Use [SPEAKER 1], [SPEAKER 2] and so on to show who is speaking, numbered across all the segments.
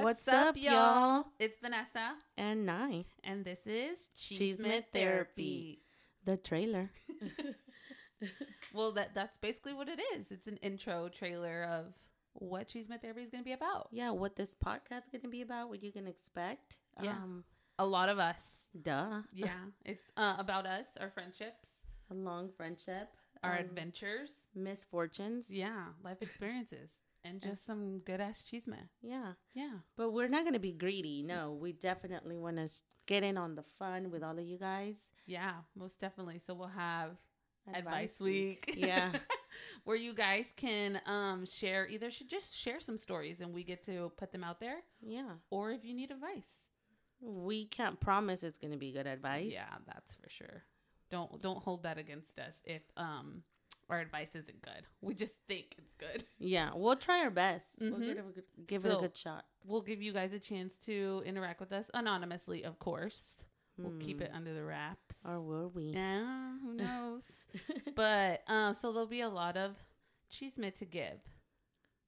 [SPEAKER 1] What's up, y'all?
[SPEAKER 2] It's Vanessa,
[SPEAKER 1] And nine,
[SPEAKER 2] and this is
[SPEAKER 1] Cheesemint
[SPEAKER 2] Cheesemint Therapy.
[SPEAKER 1] the trailer.
[SPEAKER 2] Well, that that's basically what it is. It's an intro trailer of what Cheesemint Therapy is going to be about.
[SPEAKER 1] Yeah, what this podcast going to be about, what you can expect.
[SPEAKER 2] Yeah.
[SPEAKER 1] Um,
[SPEAKER 2] A lot of us.
[SPEAKER 1] duh.
[SPEAKER 2] Yeah, it's uh, about us, our friendships,
[SPEAKER 1] A long friendship.
[SPEAKER 2] our
[SPEAKER 1] um,
[SPEAKER 2] adventures.
[SPEAKER 1] Misfortunes.
[SPEAKER 2] Yeah, life experiences, and just some good ass cheesemint.
[SPEAKER 1] Yeah.
[SPEAKER 2] Yeah,
[SPEAKER 1] But we're not going to be greedy. No,
[SPEAKER 2] Mm.
[SPEAKER 1] we definitely want to get in on the fun with all of you guys.
[SPEAKER 2] yeah, most definitely. So we'll have advice week.
[SPEAKER 1] yeah.
[SPEAKER 2] Where you guys can um share either should just share some stories and we get to put them out there
[SPEAKER 1] Yeah.
[SPEAKER 2] or if you need advice.
[SPEAKER 1] We can't promise it's going to be good advice.
[SPEAKER 2] Yeah, that's for sure. Don't don't hold that against us if um our advice isn't good. We just think it's good.
[SPEAKER 1] Yeah. We'll try our best. We'll
[SPEAKER 2] Mhm.
[SPEAKER 1] give, it a good, give it a
[SPEAKER 2] So-
[SPEAKER 1] good shot.
[SPEAKER 2] We'll give you guys a chance to interact with us anonymously, of course. We'll keep
[SPEAKER 1] Hmm.
[SPEAKER 2] it under the wraps.
[SPEAKER 1] Or will we?
[SPEAKER 2] yeah, who knows? but uh, so there'll be a lot of cheese meant to give.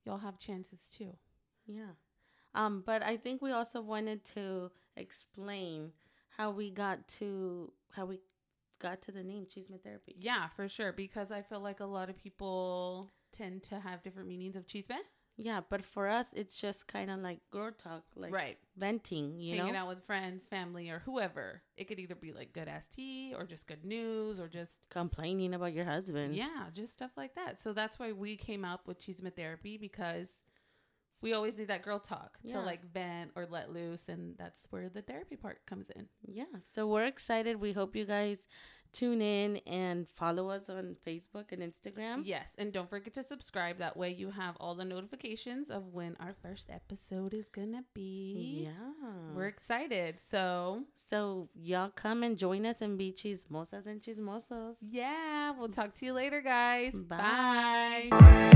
[SPEAKER 2] Y'all have chances too.
[SPEAKER 1] Yeah. Um, but I think we also wanted to explain how we got to how we got to the name Cheeseman Therapy.
[SPEAKER 2] Yeah, for sure. Because I feel like a lot of people tend to have different meanings of cheese man.
[SPEAKER 1] Yeah, but for us it's just kind of like girl talk, like
[SPEAKER 2] right.
[SPEAKER 1] venting, you
[SPEAKER 2] Hanging
[SPEAKER 1] know.
[SPEAKER 2] out with friends, family, or whoever. It could either be like good ass tea or just good news or just,
[SPEAKER 1] Complaining about your husband.
[SPEAKER 2] yeah, just stuff like that. So that's why we came up with cheese therapy because we always need that girl talk
[SPEAKER 1] Yeah.
[SPEAKER 2] to like vent or let loose. And that's where the therapy part comes in.
[SPEAKER 1] Yeah. So we're excited. We hope you guys tune in and follow us on Facebook and Instagram.
[SPEAKER 2] Yes. And don't forget to subscribe. That way you have all the notifications of when our first episode is going to be.
[SPEAKER 1] Yeah.
[SPEAKER 2] We're excited. So
[SPEAKER 1] so y'all come and join us and be chismosas and chismosos.
[SPEAKER 2] Yeah, we'll talk to you later, guys.
[SPEAKER 1] Bye.
[SPEAKER 2] Bye.